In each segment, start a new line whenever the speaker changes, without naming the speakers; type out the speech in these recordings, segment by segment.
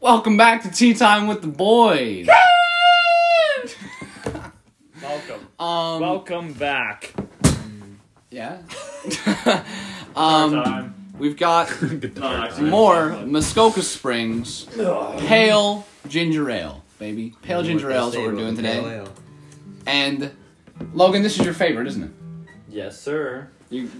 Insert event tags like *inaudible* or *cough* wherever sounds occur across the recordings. Welcome back to Tea Time with the Boys.
Welcome.
Um,
Welcome back. *laughs*
yeah. um,
Time.
we've got
No, actually-
more Muskoka Springs Pale Ginger Ale, baby. Pale Ginger Ale is what we're doing today. And Logan, this is your favorite, isn't it?
Yes, sir. *laughs*
You,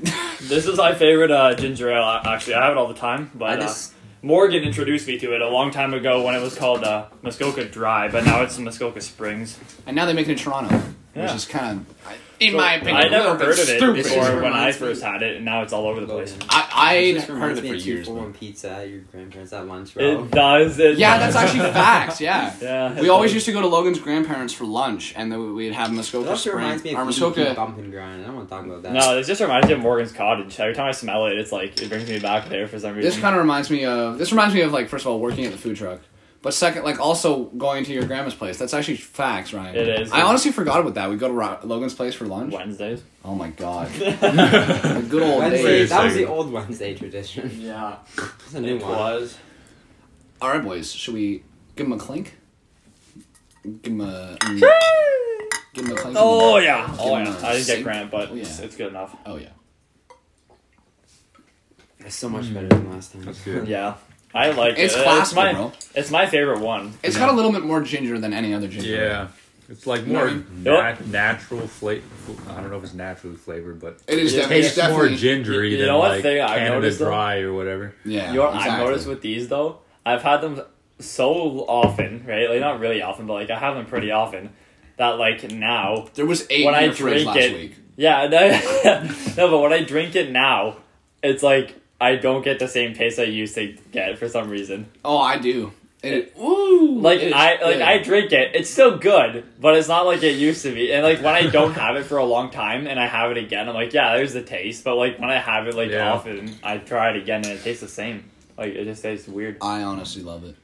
This is my favorite uh, ginger ale. I- Actually, I have it all the time. But
I just-
uh, Morgan introduced me to it a long time ago when it was called uh, Muskoka Dry, but now it's Muskoka Springs.
and now they make it in Toronto, which
Yeah.
is kind of, in my opinion,
I
a little
never
bit
heard of it
stupid.
This
before
is
when I
reminds me-
first had it, and now it's all over the place.
I, I'd
This
heard
reminds
of it
me
for
of two
years.
for
but-
one pizza at your grandparents at lunch, bro.
It does. It
Yeah, that's actually facts. Yeah.
*laughs* Yeah.
We always used to go to Logan's grandparents for lunch, and then we'd have Muskoka
It also
Spring-
reminds me
or
of E
Muskoka.
Muskoka bump and grind. I don't want to talk about that.
No, this just reminds me of Morgan's Cottage. Every time I smell it, it's like it brings me back there for some reason.
This kind of reminds me of this reminds me of like first of all working at the food truck, but second like also going to your grandma's place. That's actually facts, Ryan.
It is.
I honestly forgot about that. We go to Ro- Logan's place for lunch.
Wednesdays.
Oh my
*laughs*
god, the good old
Wednesday,
days.
that was the
second.
old Wednesday *laughs* tradition.
yeah,
It's a new
it
one.
was.
All right, boys, should we give him a clink? Give him a. mm, give him a clink.
Oh yeah, oh
Give
yeah.
him a
I didn't
sink.
get Grant, but
Oh, yeah.
it's, it's good enough.
Oh yeah.
It's so much better than last time. *laughs*
That's good.
Yeah, I like
It's
it.
classical,
my,
bro.
It's my favorite one.
It's got a little bit more ginger than any other ginger.
Yeah. It's like more
No.
nat- natural flavor. I don't know if it's naturally flavored, but
It is
It
definitely, it's
tastes more
definitely
gingery
You
than
know what
like
thing I
Canada
noticed, though?
Dry or whatever.
Yeah.
Your I
exactly.
noticed with these though, I've had them so often, right? Like not really often, but like I have them pretty often. That like now,
there was eight
when
in
I
your fridge
drink
last
it,
week.
yeah, *laughs* and I- no, but when I drink it now, it's like I don't get the same taste I used to get for some reason.
Oh, I do. It, ooh,
Like
it is
I like
good.
I drink it, it's still good, but it's not like it used to be. And like when I don't have it for a long time and I have it again, I'm like, yeah, there's the taste. But like when I have it like
Yeah.
often, I try it again and it tastes the same. Like it just tastes weird.
I honestly love it.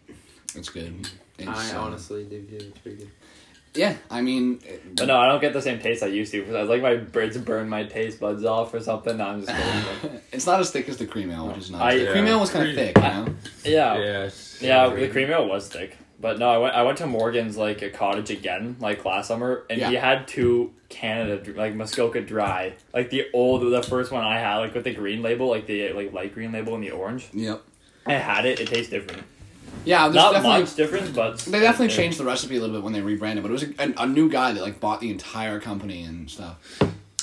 It's good. It's,
I
uh,
honestly do too. It's pretty good.
Yeah, I mean, it-
But no, I don't get the same taste I used to. Cause I like my birds burn my taste buds off or something. Now I'm just going.
it's not as thick as the cream ale, which is nice.
I-
the cream
Yeah.
ale was kind of
Cream-
thick, you know.
yeah, yeah.
Yes.
the cream ale was thick. But no, I went. I went to Morgan's like a cottage again, like last summer, and he
Yeah.
had two Canada dr- like Muskoka Dry, like the old, the first one I had, like with the green label, like the like light green label and the orange.
Yep.
I had it. It tastes different.
Yeah, there's
Not
definitely
much difference, but
they definitely changed the recipe a little bit when they rebranded, but it was a, a, a new guy that like bought the entire company and stuff.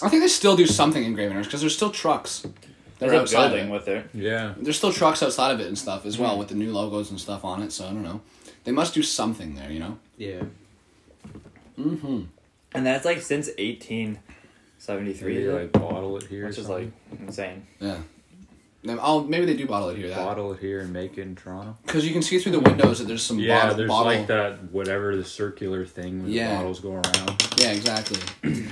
I think they still do something in Gravenhurst because there's still trucks. that
There's
are
a
outside of
building
it.
with Mm-hmm. it.
Yeah.
There's still trucks outside of it and stuff as well with the new logos and stuff on it. So I don't know. They must do something there, you know.
Yeah.
Mm-hmm.
And that's like since 1873,
Three like bottle it here. or
which is
something.
like insane.
Yeah. Then- Oh, maybe they do bottle it here. That
bottle it here and make it in Toronto.
because you can see through the windows that there's some
Yeah,
bottle.
there's
bottle.
like that whatever the circular thing with
Yeah.
the bottles go around.
Yeah, exactly. *clears throat*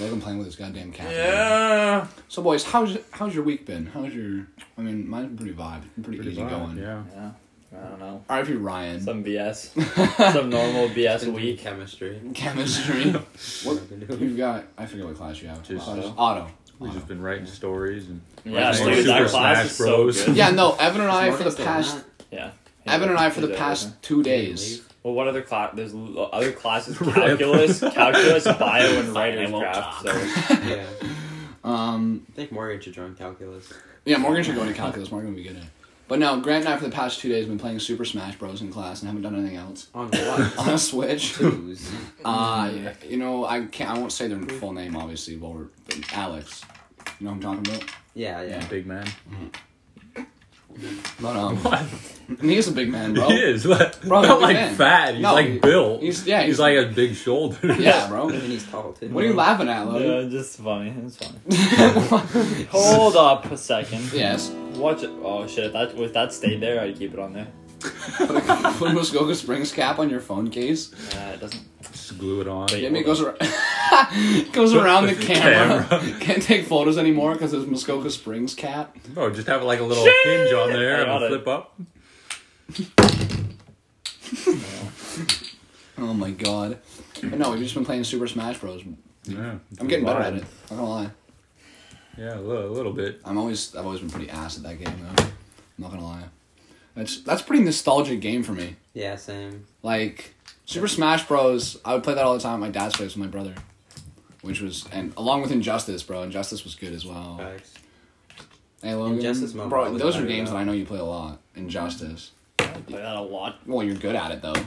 Logan playing with his goddamn cat.
Yeah.
So, boys, how's how's your week been? How's your? I mean, mine's been pretty vibe, pretty,
Pretty
easy
vibe,
going.
Yeah.
Yeah. I don't know.
R.I.P. Ryan.
Some
*laughs*
BS. Some normal BS week.
chemistry.
*laughs*
Chemistry. what
I've been doing.
you've got? I forget what class you have.
Just-
auto. auto.
We've just been writing stories and
Yeah,
Like
dude,
Super
that class is
Smash
so
Bros.
good.
Yeah, no. Evan and I
Is
for the
Morgan still
past.
*laughs* not?
Yeah.
Evan and I for
He's
the
at
past
work.
two days.
Well, what other class? There's l- other classes: calculus, calculus, bio, *laughs* and writer's craft. *laughs* So
yeah.
Um.
I think Morgan should join *laughs* calculus.
Yeah, Morgan should go into calculus. Morgan would be good at. it. But no, Grant and I for the past two days have been playing Super Smash Bros. in class and haven't done anything else *laughs*
On what?
on a
*laughs*
Switch.
Twos.
Uh,
Um,
you know, I can't. I won't say their full name, obviously. But we're Alex. You know what I'm talking about?
Yeah, yeah.
big man.
But um, *laughs*
*laughs* What?
and he is a big man, bro.
He is *laughs* like,
Bro,
not
look
like
at him.
fat. He's
No, he-
like built.
he's- yeah,
He's,
he's-
like has big shoulders.
Yeah, bro.
And he's tall too.
What are you laughing at,
yeah,
Logan?
just funny. It's *laughs* funny. Hold up a
*laughs*
second.
yes.
Watch it. Oh shit! If that if that stayed there, I'd keep it on there.
Put a Muskoka Springs cap on your phone case.
Uh, it doesn't.
*laughs* Just glue it on.
Wait.
Yeah, I mean, it goes around. *laughs* goes around the camera.
Camera.
Can't take photos anymore because there's Muskoka Springs cap.
Bro, just have like a little hinge on there
I got
and
it.
flip up.
Oh my god. But no, we've just been playing Super Smash Bros.
Yeah,
I'm getting better at it. I'm not gonna lie.
Yeah, a little, a little bit.
I'm always I've always been pretty ass at that game though. I'm not gonna lie. That's that's a pretty nostalgic game for me.
Yeah, same.
Like Super Smash Bros. I would play that all the time at my dad's place with my brother, which was and along with Injustice, bro. Injustice was good as well.
Facts.
Hey, Logan,
Injustice Mobile
bro.
was
Those are
better,
games
though.
that I know you play a lot. Injustice.
I play that a lot.
Well, you're good at it though.
You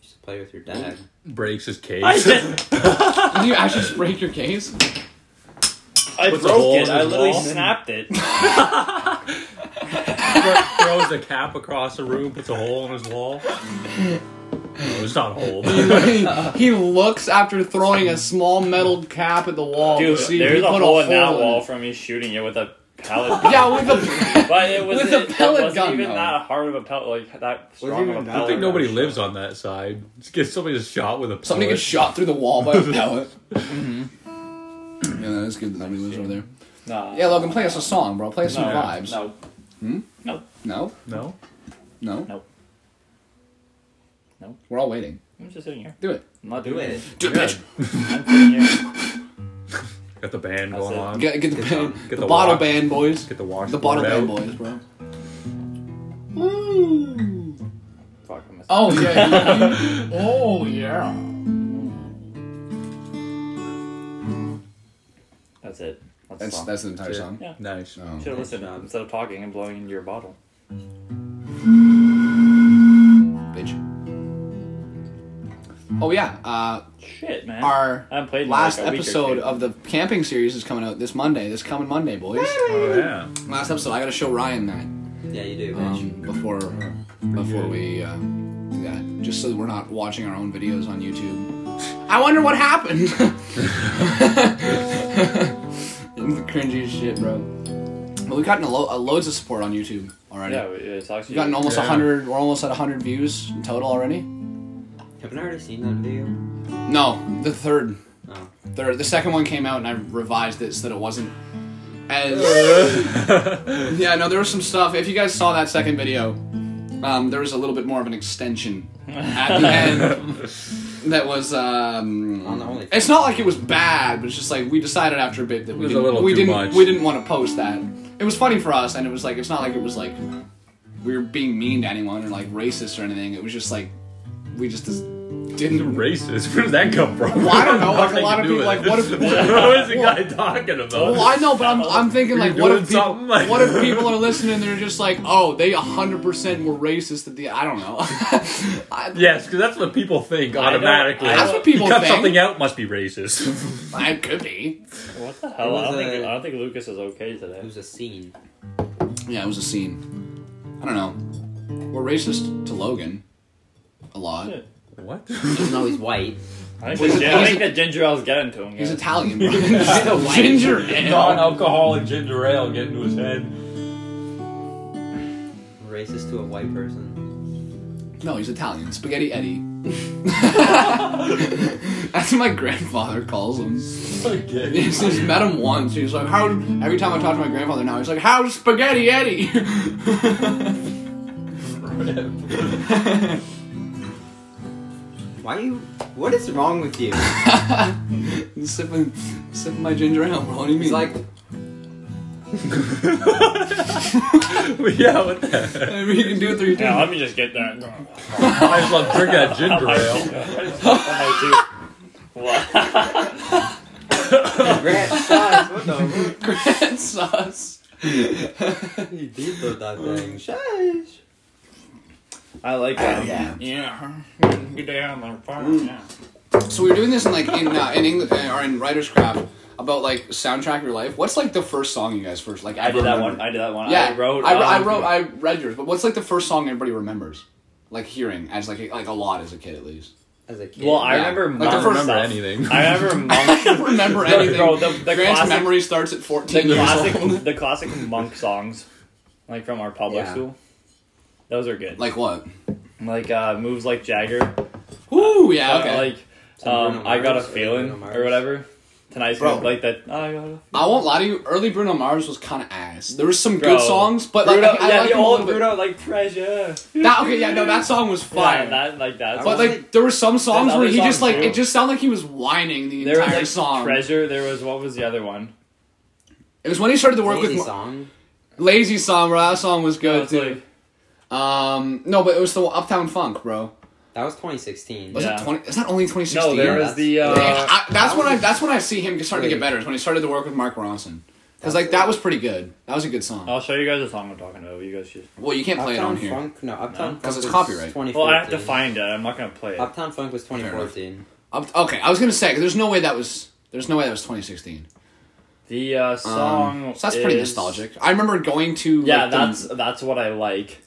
should play with your dad.
Breaks his
*laughs*
case.
I
*laughs*
just,
Did you actually just break your case? *laughs*
I
Puts a hole
broke
in
it. I
his
literally
wall.
snapped *laughs* it.
Thro- throws a cap across the room, puts a hole in his wall. No, it's not a hole. but-
he, he looks after throwing a small metal cap at the wall.
Dude,
to see if
there's
he
a
put
hole in that
hole
wall
it.
from me shooting it with a pellet. *laughs*
Yeah, with a.
but it was
With a
it, it
pellet
wasn't
gun,
even
though.
that hard of a pellet, like that strong
even
of a
that
pellet.
I think
Oh,
nobody
gosh.
lives on that side. Just get somebody just shot with a pellet.
Somebody gets shot through the wall
*laughs*
by a pellet. Mm-hmm. Yeah, that's good that nobody lives over there.
Nah.
Yeah, Logan, play us a song, bro. Play us some
no,
vibes.
No,
No?
No.
No?
No. No.
We're all waiting.
I'm just sitting here.
Do it.
I'm not
Do
doing
it.
Do it, bitch.
I'm sitting here. *laughs*
Got the band
That's
going
it.
on.
Get, get the,
Get
band,
the-
the,
get the
bottle
walk.
band, boys.
Get the wash.
The bottle band,
out.
boys, bro. Ooh.
Fuck, I'm oh.
Oh yeah. *laughs* oh yeah.
That's it. That's, the
That's
song.
that's the entire
Yeah.
song.
Yeah.
Nice.
Oh.
Should have listened
job.
instead of talking and blowing into your bottle.
Bitch. Oh yeah. Uh,
Shit, man.
our
I haven't played in
last
like a week or
episode
two.
of the camping series is coming out this Monday. This coming Monday, boys.
Oh yeah.
last episode, I got to show Ryan that
Yeah, you do, bitch.
um, before before
good.
we uh, do that, just so that we're not watching our own videos on YouTube. I wonder what happened. *laughs* Cringy as shit, bro. But we've gotten a lo- uh, loads of support on YouTube already.
yeah, it's actually
We've gotten almost
Yeah.
100, we're almost at 100 views in total already.
Haven't I already seen that video?
No, the third.
Oh.
Third, the second one came out and I revised it so that it wasn't as.
*laughs* yeah.
yeah, no, there was some stuff. If you guys saw that second video, um, there was a little bit more of an extension at the end
*laughs*
that was. Um,
On the only-
it's not like it was bad, but it's just like we decided after a bit that we
was a
didn't,
little
we
too
didn't
much.
we didn't want to post that. It was funny for us, and it was like it's not like it was like we were being mean to anyone or like racist or anything. It was just like we just didn't
Racist. *laughs* Where did that come from?
Well, I don't
*laughs*
know, like, a
Nothing
lot
to
of
do
people,
with
like, what
*laughs* this.
if-
what is the guy talking about?
Well, I know, but I'm, I'm thinking
Were you
like, what
doing
if people,
something? Like-
what if people are listening? and They're just like, oh, they 100 percent were racist. At the I don't know. *laughs* I,
Yes, because that's what people think
I know-
automatically.
I know- That's
what people
you cut
think.
something out must be racist. *laughs*
I could be.
What the hell?
was
I don't, think,
a-
I don't think Lucas is okay
It
today.
was a scene.
Yeah, it was a scene. I don't know. We're racist to Logan, a lot.
Shit.
what?
Even though he's white.
I
Was
think,
it-
the, I think the ginger ale's getting to him.
He's *laughs*
guys.
Italian, bro. *laughs* Ginger ale.
Non-alcoholic ginger ale get into his head.
Racist to a white person.
No, he's Italian. Spaghetti Eddie. *laughs* That's what my grandfather calls him. He's, he's met him once. He's like, how? Every time I talk to my grandfather now, he's like, how's Spaghetti Eddie?
Why you. What is wrong
*laughs*
with you?
I'm sipping, sipping my ginger ale, bro. What do you mean?
He's like.
*laughs* yeah, what the heck?
I mean, you can do it through your *laughs*
Yeah,
teeth.
let me just get that.
*laughs*
*laughs*
I just love drink that ginger ale.
Oh, my dude. What?
Rat size, what the
*laughs*
fuck?
Grand sauce.
He deep throat that thing. Shush!
I like that.
Yeah. Mm.
Yeah. Good day on the farm. Yeah.
So we were doing this in like in uh, in England or in writers' craft about like soundtrack your life. What's like the first song you guys first like?
I did that one.
remember?
I did that one.
yeah,
I wrote.
I, I
um,
wrote. I read yours, but what's like the first song everybody remembers? Like hearing as like like a lot as a kid at least.
As a kid.
Well, I
Yeah.
remember.
Like, the
I
mom
don't
first-
*laughs*
remember
stuff.
anything.
I remember
*laughs* I
monk.
don't remember
Bro,
anything.
*laughs* bro, the- the
Grant's
classic-
memory starts at
the
fourteen years
*laughs*
old. *laughs*
classic, the classic monk songs, like from our public
Yeah.
school. Those are good. Like,
Like what?
uh, moves like Jagger.
Ooh, yeah, okay.
Uh, like
Some
um,
Bruno
I got a
Mars or
feeling
Bruno Mars.
or whatever. Tonight's
Bro.
gonna like that. I got a
I won't lie to you. Early Bruno Mars was kind of ass. There was some
Bro.
good songs, but like
Bruno,
I, I
yeah,
liked
the
him a
old
little bit.
Bruno, like treasure.
That okay, yeah,
*laughs*
no, that song was fire.
Yeah, that like that.
but like, there were some songs
other
where he just
songs
like
too.
it just sounded like he was whining the
there was
entire
like
song.
treasure. There was what was the other one?
It was when he started to work
Lazy
with Mo-
song.
Lazy Song, bro. That song was
It
good
was
too.
like
Um, no, but it was the Uptown Funk, bro.
That was 2016.
Was
Yeah.
it twenty? It's not only twenty
No,
sixteen.
there
Yeah,
was the. Uh,
I, that's when I that's when I see him get- starting to get
Wait.
better. Is when he started to work with Mark Ronson. Because like that was pretty good. That was a good song.
I'll show you guys the song I'm talking about. You guys should.
Well, you can't play it
Uptown
on here.
Funk? No, Uptown Funk.
'Cause it's
was
copyright.
2014.
Well, I have to find it. I'm not gonna play it.
Uptown Funk was 2014.
Up, okay, I was gonna say 'cause there's no way that was there's no way that was 2016.
The uh,
Um,
song.
so that's pretty
is-
nostalgic. I remember going to
Yeah,
like, the-
that's that's what I like.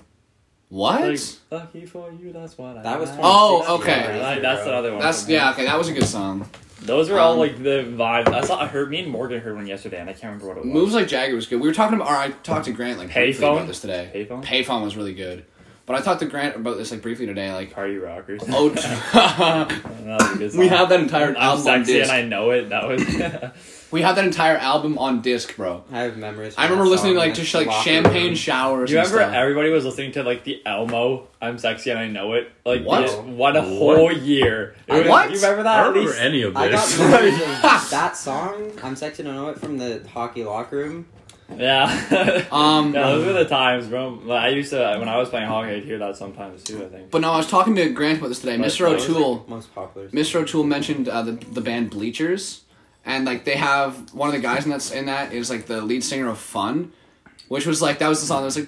what.
Like, lucky for you, that's what I.
That was
like.
2016.
Oh, okay.
Like, that's another one.
that's
for me.
yeah okay. That was a good song.
Those were all
Um,
like the vibe. I saw. I heard me and Morgan heard one yesterday, and I can't remember what it was.
Moves like Jagger was good. We were talking about. Or I talked to Grant like briefly
Payphone?
about this today.
Payphone?
Payphone was really good, but I talked to Grant about this like briefly today. Like
Party Rockers.
oh, *laughs*
That was a good
we
song.
have that entire
I'm
album on
sexy
disc.
and I know it.
*laughs*
That was. *laughs*
we have that entire album on disc, bro.
I have memories.
I remember listening to like just like champagne showers.
you
and
remember
stuff.
everybody was listening to like the Elmo "I'm Sexy and I Know It" like
What?
the- one whole year. It was-
What?
You remember
I
that?
don't
At
remember
least-
any of
I got
this.
memories of *laughs* that song. I'm sexy to know it from the hockey locker room.
Yeah.
Um,
yeah, *laughs* those were the times, bro. Like, I used to when I was playing hockey, I'd hear that sometimes too. I think.
but no, I was talking to Grant about this today.
Right,
Mr.
that was,
O'Toole,
Most popular.
Mr. O'Toole mentioned uh, the the band Bleachers, and like they have one of the guys in that's in that is like the lead singer of Fun, which was like that was the song that was like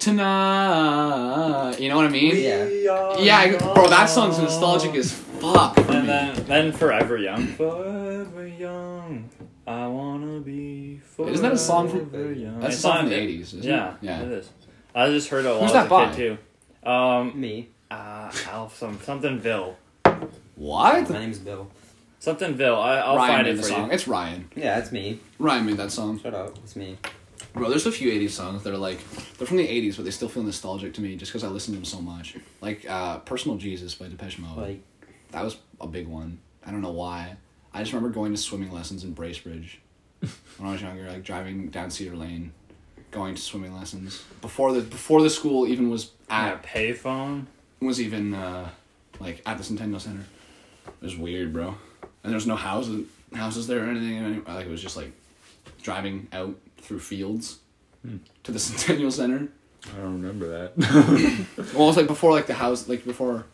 tonight. You know what I mean?
Yeah.
Yeah, I- bro, that song's nostalgic as fuck. for me.
And then, then forever young. Forever young. I wanna be. Forever
Isn't that a song from-
young.
That's a
It's
song
on
from the
it.
eighties.
Yeah,
It? Yeah.
it is. I just heard it a lot
Who's
as
that by?
a kid too. Um,
Me.
uh, Alf, some something Ville,
What?
My name's Bill.
something Ville. I, I'll
Ryan
find
made
it
the
for
song.
you.
It's Ryan.
Yeah, it's me.
Ryan made that song.
Shut up. It's me.
Bro, there's a few 80s songs that are like, they're from the 80s, but they still feel nostalgic to me just because I listen to them so much. Like, uh, Personal Jesus by Depeche Mode.
Like,
that was a big one. I don't know why. I just remember going to swimming lessons in Bracebridge when I was younger, like driving down Cedar Lane, going to swimming lessons. Before the before the school even was
Yeah,
at,
payphone.
was even, uh, like, at the Centennial Center. It was weird, bro. And there's no houses, houses there or anything. any- Like, it was just like driving out through fields to the *laughs* Centennial Center.
*laughs* I don't remember that. *laughs*
Well, it's like before, like the house, like before.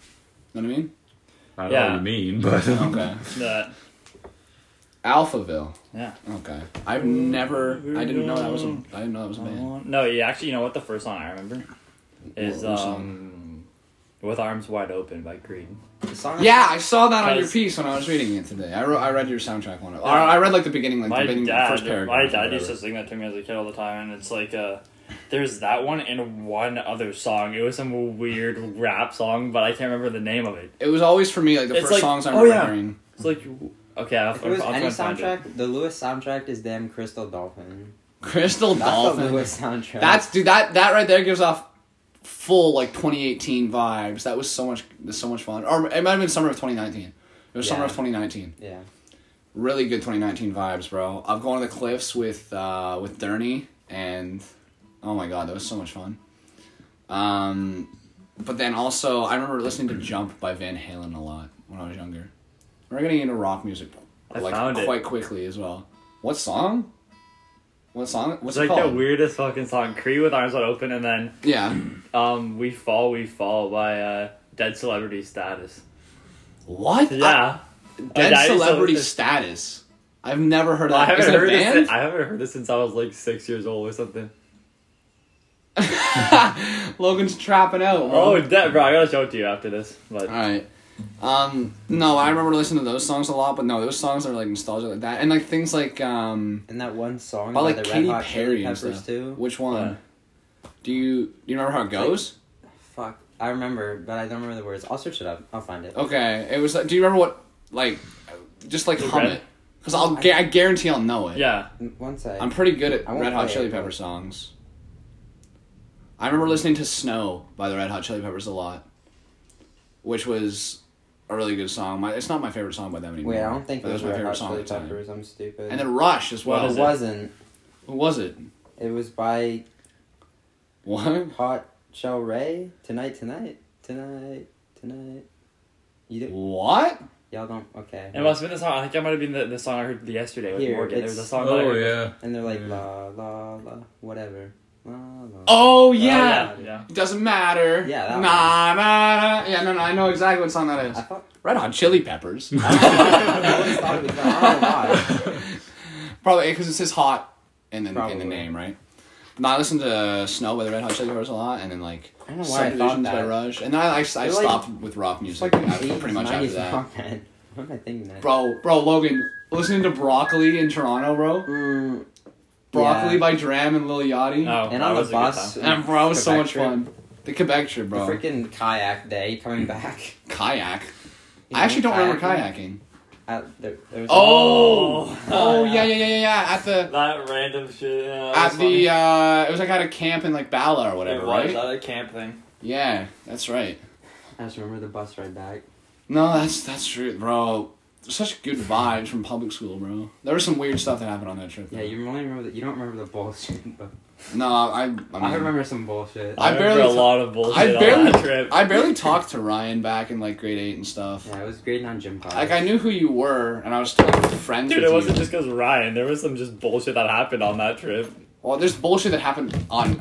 You know what I mean?
I don't know
Yeah.
what you mean, but *laughs*
Okay.
That
Alphaville.
yeah.
Okay. I've never. I didn't know that was. A, I didn't know that was a band.
No, yeah. Actually, you know what? The first song I remember is
What was on?
um, "With Arms Wide Open" by Creed.
the song.
Yeah, I saw that on your
Cause-
piece when I was reading it today. I, wrote, I read your soundtrack one. Or I read like the beginning, like the
my
beginning,
dad,
the first paragraph.
my
or
dad used
whatever.
to sing that to me as a kid all the time, and it's like uh, there's that one and one other song. It was some weird rap song, but I can't remember the name of it.
It was always for me like the
It's
first
like-
songs I
oh,
remember
yeah.
hearing.
It's like okay, I'll,
If it was
I'll
any
try and find it.
soundtrack, the Lewis soundtrack is damn Crystal Dolphin.
Crystal
That's the
Dolphin.
Lewis soundtrack.
That's dude. That that right there gives off full like 2018 vibes. That was so much so much fun. Or it might have been summer of 2019. It was summer
Yeah.
of 2019.
yeah.
really good 2019 vibes, bro. I've gone to the cliffs with uh, with Derny, and oh my god, that was so much fun. Um, but then also, I remember listening to "Jump" by Van Halen a lot when I was younger. We're getting into rock music
I
like
found it.
quite quickly as well. What song? What song? What's
It's
it
like
called?
the weirdest fucking song. Creed with arms wide open, and then
yeah.
um, "We Fall, We Fall" by uh, Dead Celebrity Status.
What?
Yeah,
I- dead
I- I-
celebrity
so-
status. I've never heard of
I
that. Is
haven't
that
heard
a
this.
band?
I haven't heard this since I was like six years old or something.
Logan's trapping out. Bro.
Oh, that, bro! I gotta show it to you after this. But
Alright. Um, no, I remember listening to those songs a lot, but no, those songs are like nostalgic like that. And like things like um
And that one song
by
by,
like
the
Katy
Red Hot
Perry
Chili
and
Peppers
stuff.
too.
Which one?
Yeah.
Do you do you remember how it goes?
Fuck, I remember, but I don't remember the words. I'll search it up. I'll find it.
okay. It was like do you remember what like just like hum
Red-
it? Cuz I'll gu- I guarantee I'll know it.
yeah,
M- Mm, One sec.
I'm pretty good at
I won't
Red Hot
play
Chili
it,
Pepper
but-
songs. I remember listening to Snow by the Red Hot Chili Peppers a lot, which was a really good song. My, it's not my favorite song by them anymore.
Wait, I don't think
but it was
those
my
were
favorite
Hot
song
Chili
at the time.
Peppers. I'm stupid.
And then Rush as
What
well.
it
is it?
wasn't.
Who was it?
It was by
What?
Hot Shell Ray. Tonight, tonight, tonight, tonight. You do,
What?
y'all don't okay.
it must have been the song. I think it might have been the, the song I heard yesterday with
Here,
Morgan. There was
it's-
a song. that I
oh
heard-
yeah,
and they're like
Yeah.
la la la whatever. La, la.
Oh
yeah.
yeah.
yeah.
It doesn't matter.
Yeah,
Nah,
that one.
nah, nah. Yeah, no, no. I know exactly what song that is.
I thought.
Red Hot Chili Peppers.
*laughs* I always thought it was that. I don't know why.
*laughs* Probably because it says hot in the in the
Probably.
name, right? No, I listened to Snow by the Red Hot Chili Peppers a lot, and then like
I don't know why I thought
Subdivisions by
that.
Rush, and then I, I, I
like-
stopped with rock
It's
music
like an
I-
80s,
pretty much after
90s
that.
song, man. What am I thinking that?
Bro, bro, Logan, listening to Broccoli in Toronto, bro.
Mm,
Broccoli
yeah. Oh,
by Dram and Lil Yachty.
No,
And
Oh, that
on the
was a good
bus.
time.
And bro, it was so
Quebec
much
trip.
fun. The Quebec trip,
The
bro.
freaking kayak day coming back.
kayak.
You
I actually
know,
don't remember
kayaking.
kayaking.
Uh, there, there was
Oh,
Oh.
oh yeah, yeah, yeah, yeah, yeah. At the
That random shit. Yeah, that
at
was funny.
the uh, it was like at a camp in like Bala or
It
whatever, right?
was that camp thing.
Yeah, that's right.
I just remember the bus ride back.
No, that's that's true, bro. Such good vibes from public school, bro. There was some weird stuff that happened on that trip.
Yeah,
though.
you only remember that. You don't remember the bullshit, but
No, I I, mean,
I remember some bullshit.
Mm. I
I, remember
barely
a
t-
lot of bullshit
I barely
on that trip.
I barely talked to Ryan back in like grade eight and stuff.
yeah, it was great on gym class.
Like I knew who you were, and I was still friends.
Dude,
with
it wasn't
you.
just because Ryan. There was some just bullshit that happened on that
*laughs*
trip.
Well, there's bullshit that happened on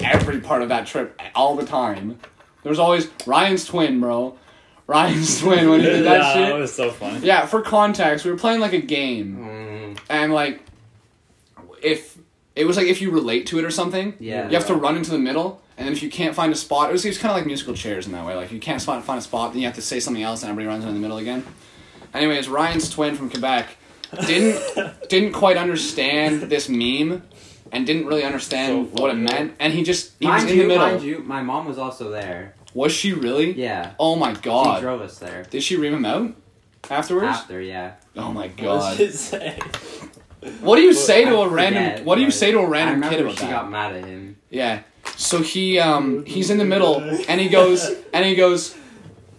every part of that trip all the time. There's always Ryan's twin, bro. Ryan's twin when he did that
*laughs* yeah,
shit.
was so
*laughs*
funny.
Yeah, for context, we were playing like a game,
Mm,
and like if it was like if you relate to it or something,
Yeah.
you have to run into the middle, and then if you can't find a spot, it was, it was kind of like musical chairs in that way. Like if you can't spot, find a spot, then you have to say something else, and everybody runs into the middle again. Anyways, Ryan's twin from Quebec
*laughs*
didn't didn't quite understand this meme, and didn't really understand
So
what it
funny.
meant, and he just he
mind
was in
you,
the middle.
mind you, my mom was also there.
Was she really?
Yeah,
Oh my
she
god!
drove Ah. us there
Did she ream him out afterwards?
after. Yeah,
Oh my
What
god!
did it say?
What do you say to
I
a random?
forget,
what do you
but
say to a random
I
kid
remember
about
she
that?
got mad at him.
yeah. So he um he's in the
*laughs*
middle and he goes and he goes,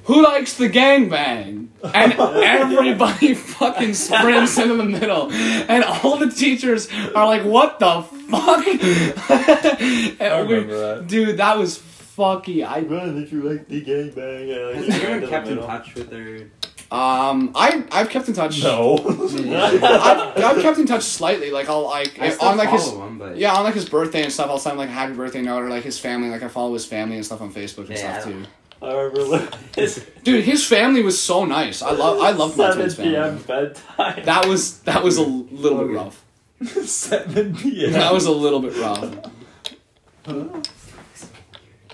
who likes the gangbang? And
*laughs*
everybody fucking sprints into the middle, and all the teachers are like, what the fuck? *laughs*
I
And we-
remember that.
Dude, that was fucky. I
Ryan, if you like the gangbang,
Has anyone kept in touch with her?
um I I've kept in touch.
No.
I've, I've kept in touch slightly. Like I'll like
I
if-
still
on like his
follow him, but *laughs*
Yeah, on like his birthday and stuff, I'll send like a happy birthday note or like his family. Like I follow his family and stuff on Facebook and
Yeah,
stuff
I
too.
*laughs*
*laughs*
I remember his
Dude, his family was so nice. I love I love my twin's
7
family.
p.m. bedtime. *laughs*
That was that was a little bit
Okay.
rough.
7 p.m.
That was a little bit rough.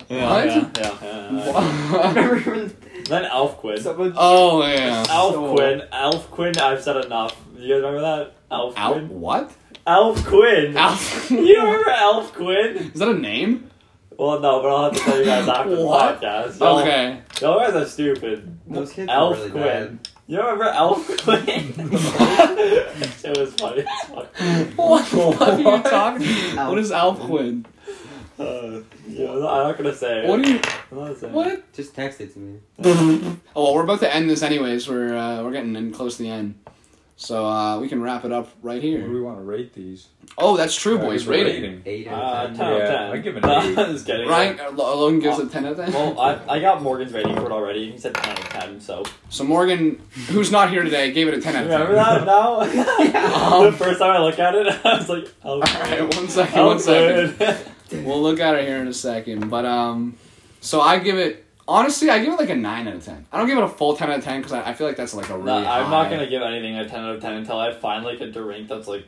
yeah,
What?
Yeah, yeah, yeah, yeah.
remember when
Then Elf Quinn.
someone
*laughs* oh yeah.
Elf
So-
Quinn. Elf Quinn. I've said enough. You guys remember that? Elf
Al
Quinn.
what?
Elf Quinn.
Al
You remember Elf Quinn?
Is that a name?
Well, no, but I'll have to tell you guys after the
What?
podcast. Y'all,
Okay.
y'all guys are stupid.
those kids were
Elf
really
Quinn.
bad.
You remember Elf Quinn? *laughs* it was funny as fuck.
What the fuck are you talking?
Al-
What is Alfquin?
Uh, yeah, I'm not I'm not gonna say it.
What do you
I'm not gonna say it.
what?
Just text it to me.
oh well, we're about to end this anyways. We're uh, we're getting in close to the end, so uh, we can wrap it up right
What do
here.
we want to rate these?
Oh, that's true,
Uh,
boys.
give it a
Rating.
Eight out
Uh, 10
of ten.
out of
Yeah,
10.
I'd give it
*laughs*
an
No,
eight.
I'm just kidding.
Ryan uh, Lo- Logan gives it 10 out of 10.
Well, I, I got Morgan's rating for it already. He said 10 out of 10, so.
so Morgan, who's not here today, gave it a 10 out of 10. *laughs*
Remember
*laughs*
that now?
Um,
*laughs* the first time I look at it, *laughs* I was like,
*laughs*
oh,
Alright, one second,
oh,
one second. *laughs*
*laughs* good.
We'll look at it here in a second. But, um, so I give it, honestly, I give it like a 9 out of 10. I don't give it a full 10 out of 10 because I, I feel like that's like a really
No, I'm not
high-
gonna give anything a 10 out of 10 until I find like a drink that's like.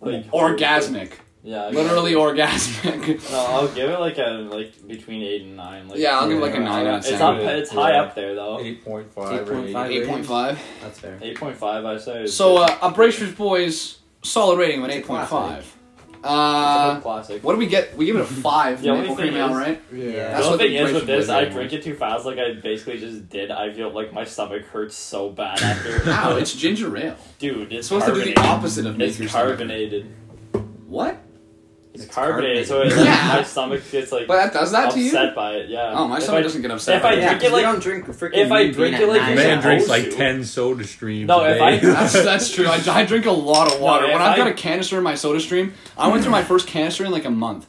like
Orgasmic.
Yeah. exactly.
Literally orgasmic.
No, I'll give it like a like between eight and nine.
*laughs*
Like
yeah, I'll give it like a
Yeah.
9 out of
it's
10.
up, it's high
Yeah.
up there though.
Eight point five. or
8.5.
eight.
8.5.
That's fair.
Eight point five, I say. is
So,
good.
uh, Abrasive Boys, solid rating of an
It's a classic.
8.5.
It's a good
Uh,
classic.
what do we get? We give it a 5
The only
maple
thing
cream ale,
is-
right?
Yeah.
That's
the
what
only
the
thing is with
British
this, I
Blazing
drink it too fast. Like I basically just did. I feel like my stomach hurts so
*laughs*
bad after.
Wow, it's ginger ale. It's
Dude, it's
supposed to do
carbonated.
the opposite of make your
It's
stomach-
carbonated.
What?
It's,
It's
carbonated,
carbonated.
so
*laughs*
it's like,
Yeah.
my stomach gets like
But that does that to you?
upset by it. Yeah.
Oh, my
If
stomach
I-
doesn't get upset.
if
by
I
that.
yeah,
drink it
'cause we
like-
don't drink freaking
if I
green
drink
at
it like
nine.
this-
Man
Yeah.
drinks like
Also-
ten soda streams.
No,
a
if I-
day.
*laughs*
*laughs*
that's, that's true. I, I drink a lot of water.
No,
when
if
I've got
I-
a canister in my soda stream, I went through my first canister in like a month.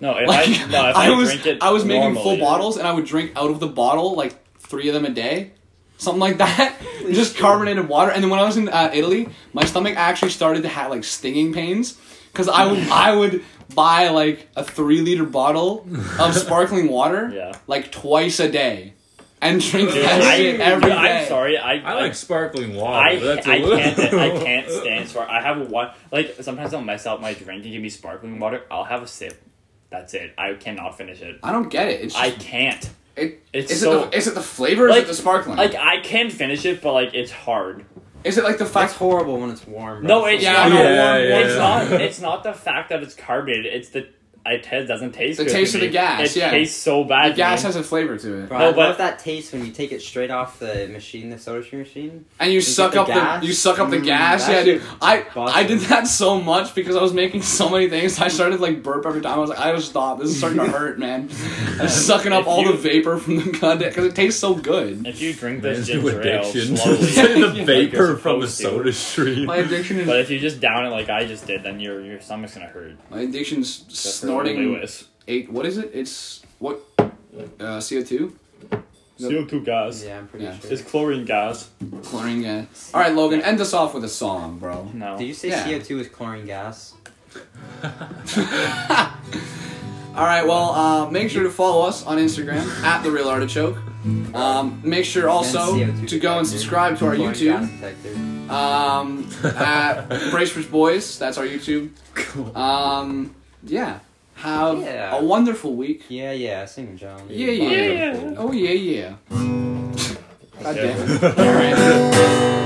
No, if
Like,
I, no, if
I,
I,
was
drink it
I was making
normally-
full bottles and I would drink out of the bottle like three of them a day, something like that. *laughs* Just carbonated water. And then when I was in uh, Italy, my stomach actually started to have like stinging pains. Because I would I would buy like a three liter bottle
*laughs*
of sparkling water,
Yeah.
like twice a day, and drink
Dude,
that
I,
shit every
dude, I'm
day.
sorry. I,
I like sparkling water.
I,
but that's a
I
little...
can't I
*laughs*
can't stand spark. I have a one like sometimes I'll mess up my drink and give me sparkling water. I'll have a sip. That's it. I cannot finish it.
I don't get it. It's just,
I can't.
it,
it's
is,
so-
it the, is it the flavor? or is
Like-
it the sparkling?
Like I can finish it, but like it's hard.
is it like the
That's
fact?
horrible when it's warm. bro.
No, it's
Yeah,
not.
yeah,
yeah,
it's
yeah.
not. It's not the fact that it's carbonated. It's the it t- doesn't taste.
The
good to
taste of
me.
the gas,
It
yeah.
tastes so bad.
the gas
to me.
has a flavor to it,
Bro,
No,
I
but-
love that taste when you take it straight off the machine, the soda stream machine.
and you
get
suck
the
up
gas?
the you suck up the
Mm,
gas.
that
Yeah, dude.
shit
I I
busted.
did that so much because I was making so many things. I started like burp every time. I was like, I gotta stop. This is starting
*laughs*
to hurt, man. I'm sucking up
If
all
you-
the vapor from the goddamn because it tastes so good.
If you drink this
Man's new
ginger ale
addiction. *laughs*
slowly,
the
*laughs*
vapor
Like
from
you're
the
supposed
soda stream.
My addiction
but
is
if you just down it like I just did, then your your stomach's gonna hurt.
my addiction's
Just
snorting
for Lewis.
eight. What is it? It's what uh, CO two
CO two gas.
Yeah, I'm pretty
Yeah.
sure.
It's chlorine gas.
chlorine gas. All right, Logan, end us off with a song, bro.
No.
Do you say
Yeah.
CO2 is chlorine gas?
All right, well, uh, make sure to follow us on Instagram at the Real Artichoke. Um, make sure also
And CO2
to go and
detector.
subscribe to our
Chlorine gas
YouTube
detector.
um, at Bracebridge Boys. That's our YouTube. Um, yeah, have
Yeah.
a wonderful week.
Yeah, yeah, sing John.
Yeah, yeah,
Yeah, yeah.
Oh yeah, yeah. God damn it.
*laughs*
Yeah.
All right.